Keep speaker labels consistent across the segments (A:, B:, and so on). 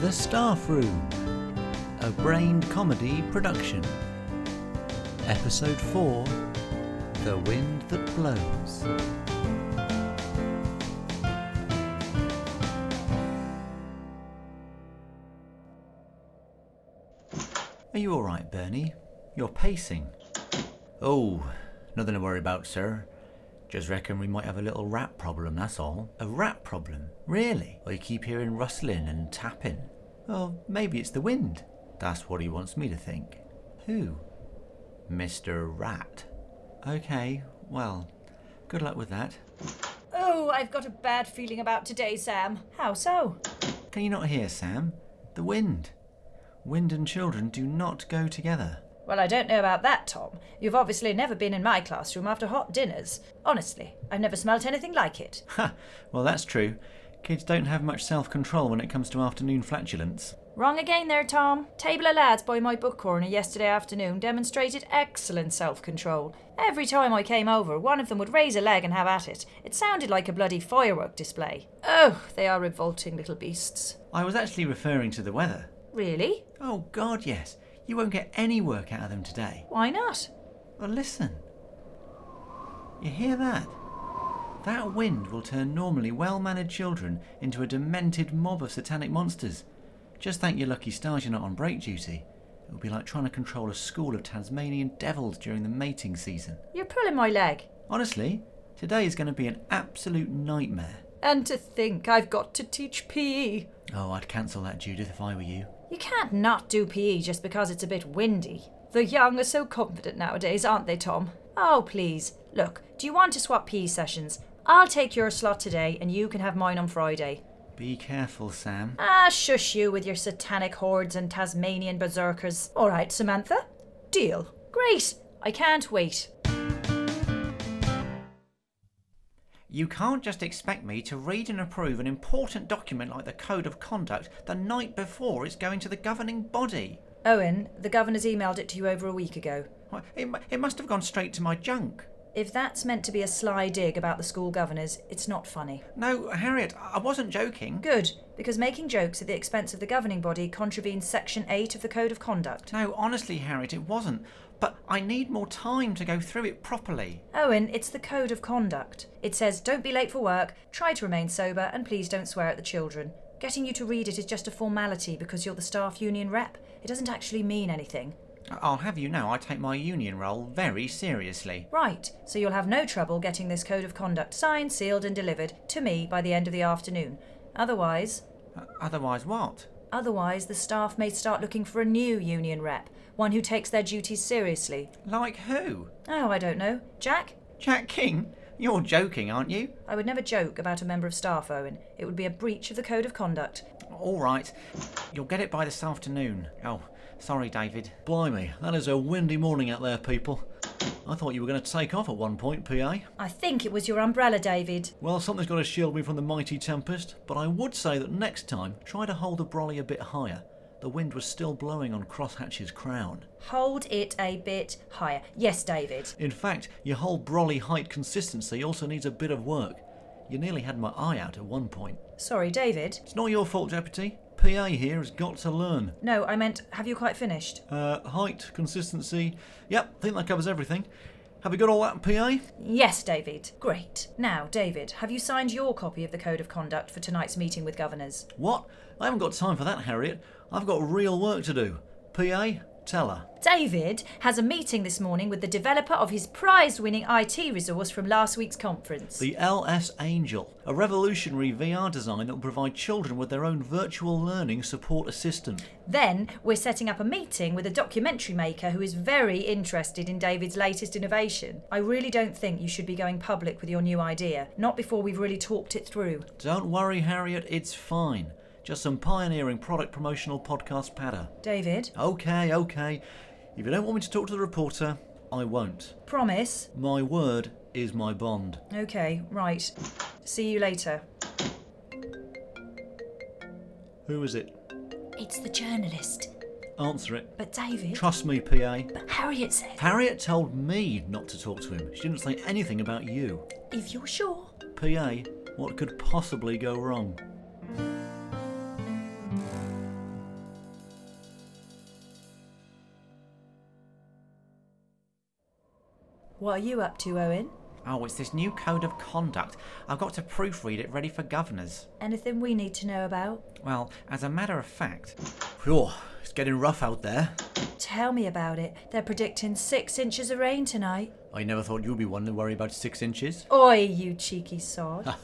A: The Staff Room, a brained comedy production. Episode 4 The Wind That Blows. Are you alright, Bernie? You're pacing. Oh, nothing to worry about, sir. Just reckon we might have a little rat problem, that's all. A rat problem? Really? I keep hearing rustling and tapping. Well, maybe it's the wind. That's what he wants me to think. Who? Mr. Rat. Okay, well, good luck with that.
B: Oh, I've got a bad feeling about today, Sam. How so?
A: Can you not hear, Sam? The wind. Wind and children do not go together.
B: Well, I don't know about that, Tom. You've obviously never been in my classroom after hot dinners. Honestly, I've never smelt anything like it.
A: Ha! Well, that's true. Kids don't have much self control when it comes to afternoon flatulence.
B: Wrong again there, Tom. Table of Lads by my book corner yesterday afternoon demonstrated excellent self control. Every time I came over, one of them would raise a leg and have at it. It sounded like a bloody firework display. Oh, they are revolting little beasts.
A: I was actually referring to the weather.
B: Really?
A: Oh, God, yes. You won't get any work out of them today.
B: Why not?
A: Well, listen. You hear that? That wind will turn normally well mannered children into a demented mob of satanic monsters. Just thank your lucky stars you're not on break duty. It would be like trying to control a school of Tasmanian devils during the mating season.
B: You're pulling my leg.
A: Honestly, today is going to be an absolute nightmare.
B: And to think I've got to teach E. PE.
A: Oh, I'd cancel that, Judith, if I were you.
B: You can't not do PE just because it's a bit windy. The young are so confident nowadays, aren't they, Tom? Oh, please. Look, do you want to swap PE sessions? I'll take your slot today and you can have mine on Friday.
A: Be careful, Sam.
B: Ah, shush you with your satanic hordes and Tasmanian berserkers. All right, Samantha. Deal. Great. I can't wait.
A: You can't just expect me to read and approve an important document like the Code of Conduct the night before it's going to the governing body.
B: Owen, the governor's emailed it to you over a week ago.
A: Why, It, mu- it must have gone straight to my junk.
B: If that's meant to be a sly dig about the school governors, it's not funny.
A: No, Harriet, I I wasn't joking.
B: Good, because making jokes at the expense of the governing body contravenes Section 8 of the Code of Conduct.
A: No, honestly, Harriet, it wasn't. But I need more time to go through it properly.
B: Owen, it's the Code of Conduct. It says don't be late for work, try to remain sober, and please don't swear at the children. Getting you to read it is just a formality because you're the staff union rep. It doesn't actually mean anything.
A: I- I'll have you know I take my union role very seriously.
B: Right, so you'll have no trouble getting this Code of Conduct signed, sealed, and delivered to me by the end of the afternoon. Otherwise,
A: O- Otherwise, what?
B: otherwise the staff may start looking for a new union rep, one who takes their duties seriously.
A: Like who?
B: Oh, I don't know. Jack?
A: Jack King? You're joking, aren't you?
B: I would never joke about a member of staff, Owen. It would be a breach of the code of conduct.
A: All right. You'll get it by this afternoon. Oh, sorry, David. Blimey, that is a windy morning out there, people. I thought you were going to take off at one point, PA.
B: I think it was your umbrella, David.
A: Well, something's got to shield me from the mighty tempest, but I would say that next time, try to hold the brolly a bit higher. The wind was still blowing on Crosshatch's crown.
B: Hold it a bit higher. Yes, David.
A: In fact, your whole brolly height consistency also needs a bit of work. You nearly had my eye out at one point.
B: Sorry, David.
A: It's not your fault, Deputy. PA here has got to learn.
B: No, I meant, have you quite finished?
A: Uh, height, consistency. Yep, I think that covers everything. Have we got all that, PA?
B: Yes, David. Great. Now, David, have you signed your copy of the code of conduct for tonight's meeting with governors?
A: What? I haven't got time for that, Harriet. I've got real work to do. PA, tell her.
B: David has a meeting this morning with the developer of his prize winning IT resource from last week's conference.
A: The LS Angel, a revolutionary VR design that will provide children with their own virtual learning support assistant.
B: Then we're setting up a meeting with a documentary maker who is very interested in David's latest innovation. I really don't think you should be going public with your new idea, not before we've really talked it through.
A: Don't worry, Harriet, it's fine. Just some pioneering product promotional podcast patter.
B: David,
A: Okay, okay. If you don't want me to talk to the reporter, I won't.
B: promise?
A: My word is my bond.
B: Okay, right. See you later.
A: Who is it?
B: It's the journalist.
A: Answer it.
B: But David,
A: Trust me, PA.
B: but Harriet said,
A: Harriet told me not to talk to him. She didn't say anything about you.
B: if you're sure.
A: PA, what could possibly go wrong?
B: What are you up to, Owen?
A: Oh, it's this new code of conduct. I've got to proofread it ready for governors.
B: Anything we need to know about?
A: Well, as a matter of fact. Phew, it's getting rough out there.
B: Tell me about it. They're predicting six inches of rain tonight.
A: I never thought you'd be one to worry about six inches.
B: Oi, you cheeky sod.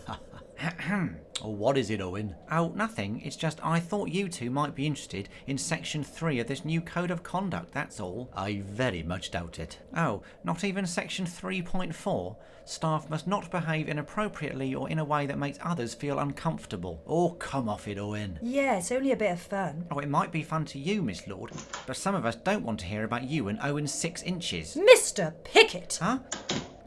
A: Oh, what is it, Owen? Oh, nothing. It's just I thought you two might be interested in section three of this new code of conduct, that's all. I very much doubt it. Oh, not even section 3.4. Staff must not behave inappropriately or in a way that makes others feel uncomfortable. Oh, come off it, Owen.
B: yeah, it's only a bit of fun.
A: Oh, it might be fun to you, Miss Lord, but some of us don't want to hear about you and Owen's six inches.
B: Mr. Pickett,
A: Huh?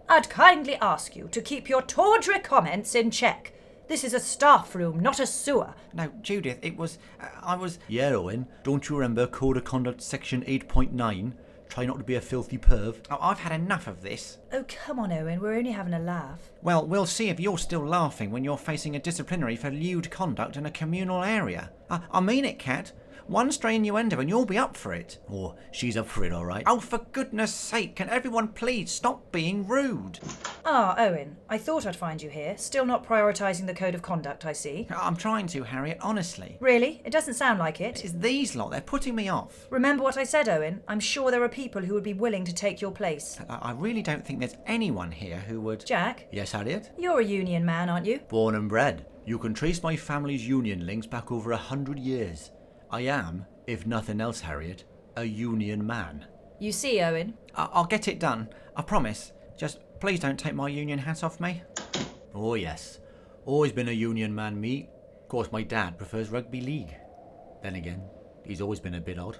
B: I'd kindly ask you to keep your tawdry comments in check. This is a staff room, not a sewer.
A: No, Judith, it was. Uh, I was. Yeah, Owen. Don't you remember Code of Conduct Section 8.9? Try not to be a filthy perv. Oh, I've had enough of this.
B: Oh, come on, Owen, we're only having a laugh.
A: Well, we'll see if you're still laughing when you're facing a disciplinary for lewd conduct in a communal area. I, I mean it, Cat. One stray innuendo and you'll be up for it. Or Oh, she's up for it, all right. Oh, for goodness sake, can everyone please stop being rude?
B: Ah, Owen, I thought I'd find you here. Still not prioritising the code of conduct, I see.
A: I'm trying to, Harriet, honestly.
B: Really? It doesn't sound like it.
A: It's these lot, they're putting me off.
B: Remember what I said, Owen. I'm sure there are people who would be willing to take your place.
A: I I really don't think there's anyone here who would.
B: Jack,
A: Yes, Harriet?
B: you're a union man, aren't you?
A: Born and bred. You can trace my family's union links back over a hundred years. I am, if nothing else, Harriet, a union man.
B: You see, Owen.
A: I- I'll get it done. I promise. Just please don't take my union hat off me. Oh, yes. Always been a union man, me. Of course, my dad prefers rugby league. Then again, he's always been a bit odd.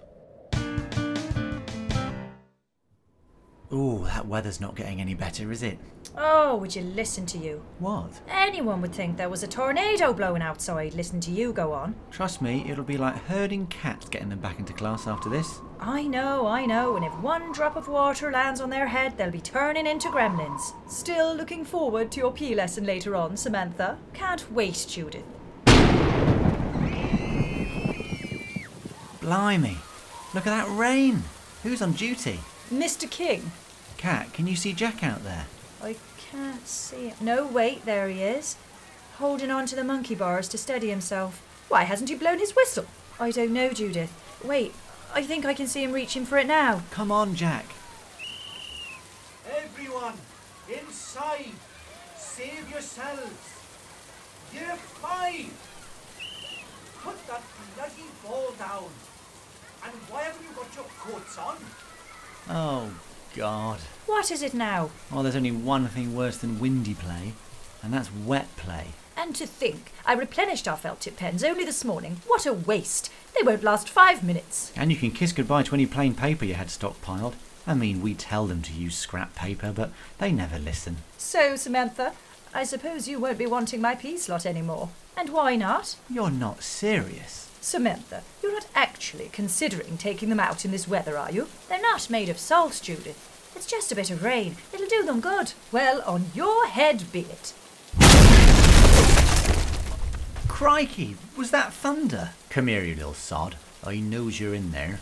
A: Ooh, that weather's not getting any better, is it?
B: Oh, would you listen to you?
A: What?
B: Anyone would think there was a tornado blowing outside. Listen to you go on.
A: Trust me, it'll be like herding cats getting them back into class after this.
B: I know, I know, and if one drop of water lands on their head, they'll be turning into gremlins. Still looking forward to your P lesson later on, Samantha. Can't wait, Judith.
A: Blimey, look at that rain! Who's on duty?
B: Mr. King,
A: Cat, can you see Jack out there?
B: I can't see him. No, wait, there he is. Holding on to the monkey bars to steady himself. Why hasn't he blown his whistle? I don't know, Judith. Wait, I think I can see him reaching for it now.
A: Come on, Jack. Everyone, inside! Save yourselves! Year five!
C: Put that bloody ball down. And why haven't you got your coats on?
A: Oh, God.
B: What is it now?
A: Well, there's only one thing worse than windy play, and that's wet play.
B: And to think, I replenished our felt tip pens only this morning. What a waste! They won't last five minutes.
A: And you can kiss goodbye to any plain paper you had stockpiled. I mean, we tell them to use scrap paper, but they never listen.
B: So, Samantha, I suppose you won't be wanting my pea slot anymore. And why not?
A: You're not serious.
B: Samantha, you're not actually considering taking them out in this weather, are you? They're not made of salt, Judith. It's just a bit of rain. It'll do them good. Well, on your head be it.
A: Crikey, was that thunder? Come here, you little sod. I knows you're in there.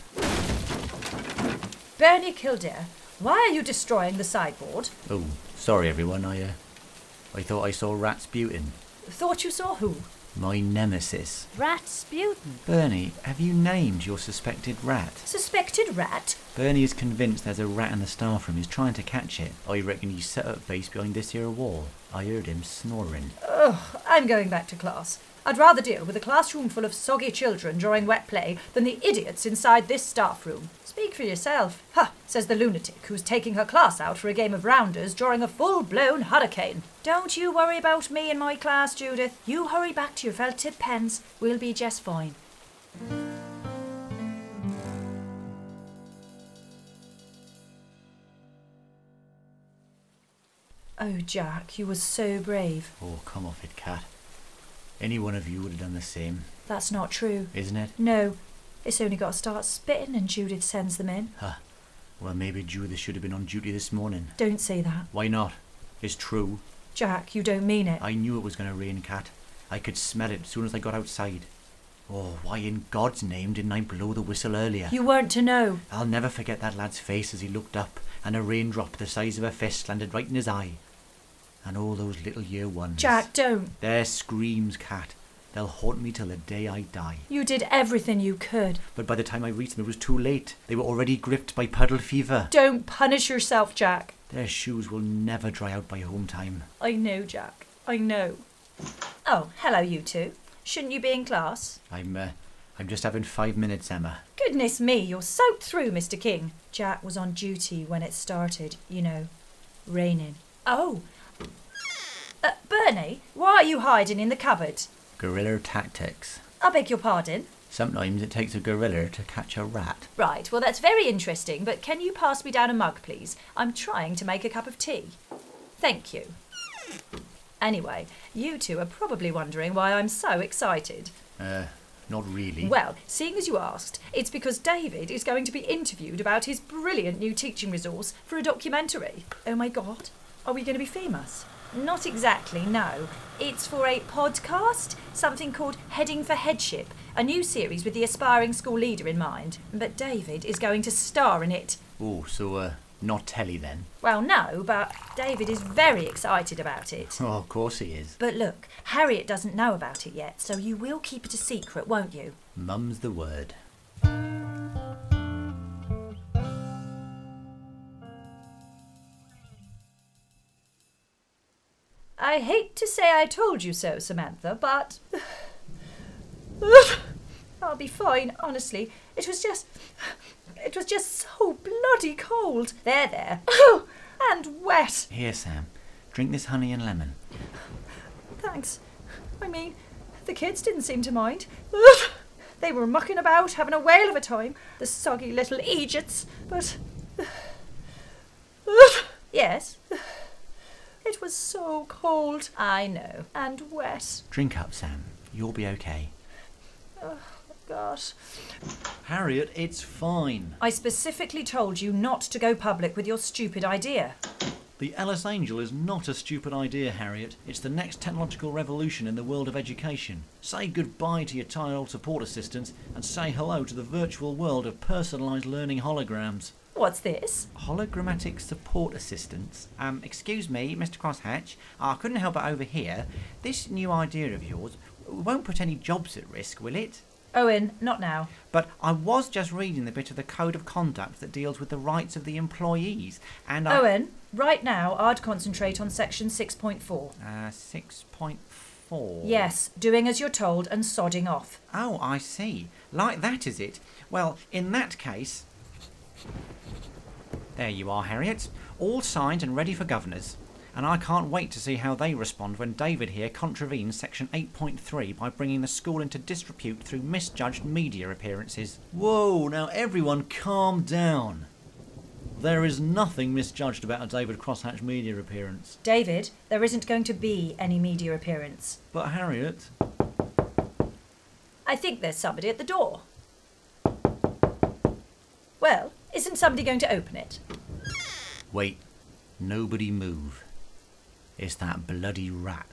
B: Bernie Kildare, why are you destroying the sideboard?
A: Oh, sorry everyone. I uh, I thought I saw Ratsputin,
B: Thought you saw who?
A: my nemesis.
B: Rasputin.
A: Bernie, have you named your suspected rat?
B: Suspected rat?
A: Bernie is convinced there's a rat in the staff room. He's trying to catch it. I reckon he set up base behind this here wall. I heard him snoring.
B: I'm going back to class. I'd rather deal with a classroom full of soggy children during wet play than the idiots inside this staff room. Speak for yourself. Ha, says the lunatic who's taking her class out for a game of rounders during a full blown hurricane. Don't you worry about me and my class, Judith. You hurry back to your felt tip pens. We'll be just fine. Oh, Jack, you were so brave.
A: Oh, come off it, cat. Any one of you would have done the same,
B: That's not true.
A: isn't it?
B: No, it's only got to start spitting and Judith sends them in.
A: Huh. Well, maybe Judith should have been on duty this morning.
B: Don't say that.
A: Why not? It's true.
B: Jack, you don't mean it.
A: I knew it was going to rain, Cat. I could smell it as soon as I got outside. Oh, why in God's name didn't I blow the whistle earlier?
B: You weren't to know.
A: I'll never forget that lad's face as he looked up and a raindrop the size of a fist landed right in his eye. And all those little year ones.
B: Jack, don't.
A: Their screams, Cat. They'll haunt me till the day I die.
B: You did everything you could.
A: But by the time I reached them, it was too late. They were already gripped by puddle fever.
B: Don't punish yourself, Jack.
A: Their shoes will never dry out by home time.
B: I know, Jack. I know. Oh, hello, you two. Shouldn't you be in class?
A: I'm, uh, I'm just having five minutes, Emma.
B: Goodness me, you're soaked through, Mr. King. Jack was on duty when it started, you know, raining. Oh! Uh, Bernie, why are you hiding in the cupboard?
A: Guerrilla tactics.
B: I beg your pardon.
A: Sometimes it takes a gorilla to catch a rat.
B: Right, well, that's very interesting, but can you pass me down a mug, please? I'm trying to make a cup of tea. Thank you. Anyway, you two are probably wondering why I'm so excited.
A: Uh, not really.
B: Well, seeing as you asked, it's because David is going to be interviewed about his brilliant new teaching resource for a documentary. Oh my god, are we going to be famous? Not exactly, no. It's for a podcast, something called Heading for Headship, a new series with the aspiring school leader in mind. But David is going to star in it.
A: Oh, so, uh, not telly then?
B: Well, no, but David is very excited about it.
A: Oh, of course he is.
B: But look, Harriet doesn't know about it yet, so you will keep it a secret, won't you?
A: Mum's the word.
B: I hate to say I told you so, Samantha, but. I'll be fine, honestly. It was just. It was just so bloody cold. There, there. Oh, and wet.
A: Here, Sam. Drink this honey and lemon.
B: Thanks. I mean, the kids didn't seem to mind. They were mucking about, having a whale of a time, the soggy little Egypts. But. Yes. It was so cold. I know. And wet.
A: Drink up, Sam. You'll be okay.
B: Oh, Gosh.
A: Harriet, it's fine.
B: I specifically told you not to go public with your stupid idea.
A: The Ellis Angel is not a stupid idea, Harriet. It's the next technological revolution in the world of education. Say goodbye to your tile support assistants and say hello to the virtual world of personalised learning holograms.
B: What's this?
A: Hologrammatic support assistants. Um, excuse me, Mr. Crosshatch. I couldn't help but overhear. This new idea of yours won't put any jobs at risk, will it?
B: Owen, not now.
A: But I was just reading the bit of the code of conduct that deals with the rights of the employees, and I.
B: Owen, right now I'd concentrate on section 6.4.
A: Uh, 6.4.
B: Yes, doing as you're told and sodding off.
A: Oh, I see. Like that, is it? Well, in that case. There you are, Harriet. All signed and ready for governors. And I can't wait to see how they respond when David here contravenes section 8.3 by bringing the school into disrepute through misjudged media appearances. Whoa, now everyone calm down. There is nothing misjudged about a David Crosshatch media appearance.
B: David, there isn't going to be any media appearance.
A: But Harriet,
B: I think there's somebody at the door. Well, isn't somebody going to open it?
A: Wait, nobody move. It's that bloody rat.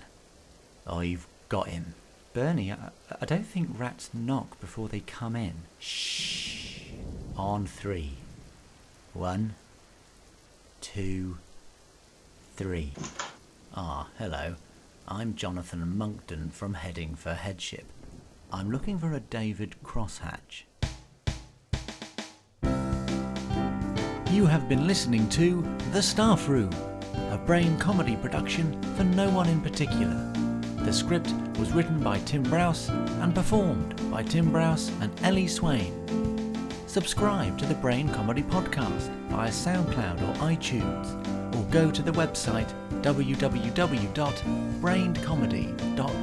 A: I've got him. Bernie, I, I don't think rats knock before they come in. Shh. On three. One, two, three. Ah, hello. I'm Jonathan Monkton from Heading for Headship. I'm looking for a David Crosshatch. You have been listening to The Staff Room, a brain comedy production for no one in particular. The script was written by Tim Browse and performed by Tim Browse and Ellie Swain. Subscribe to the Brain Comedy Podcast via SoundCloud or iTunes, or go to the website www.braincomedy.com.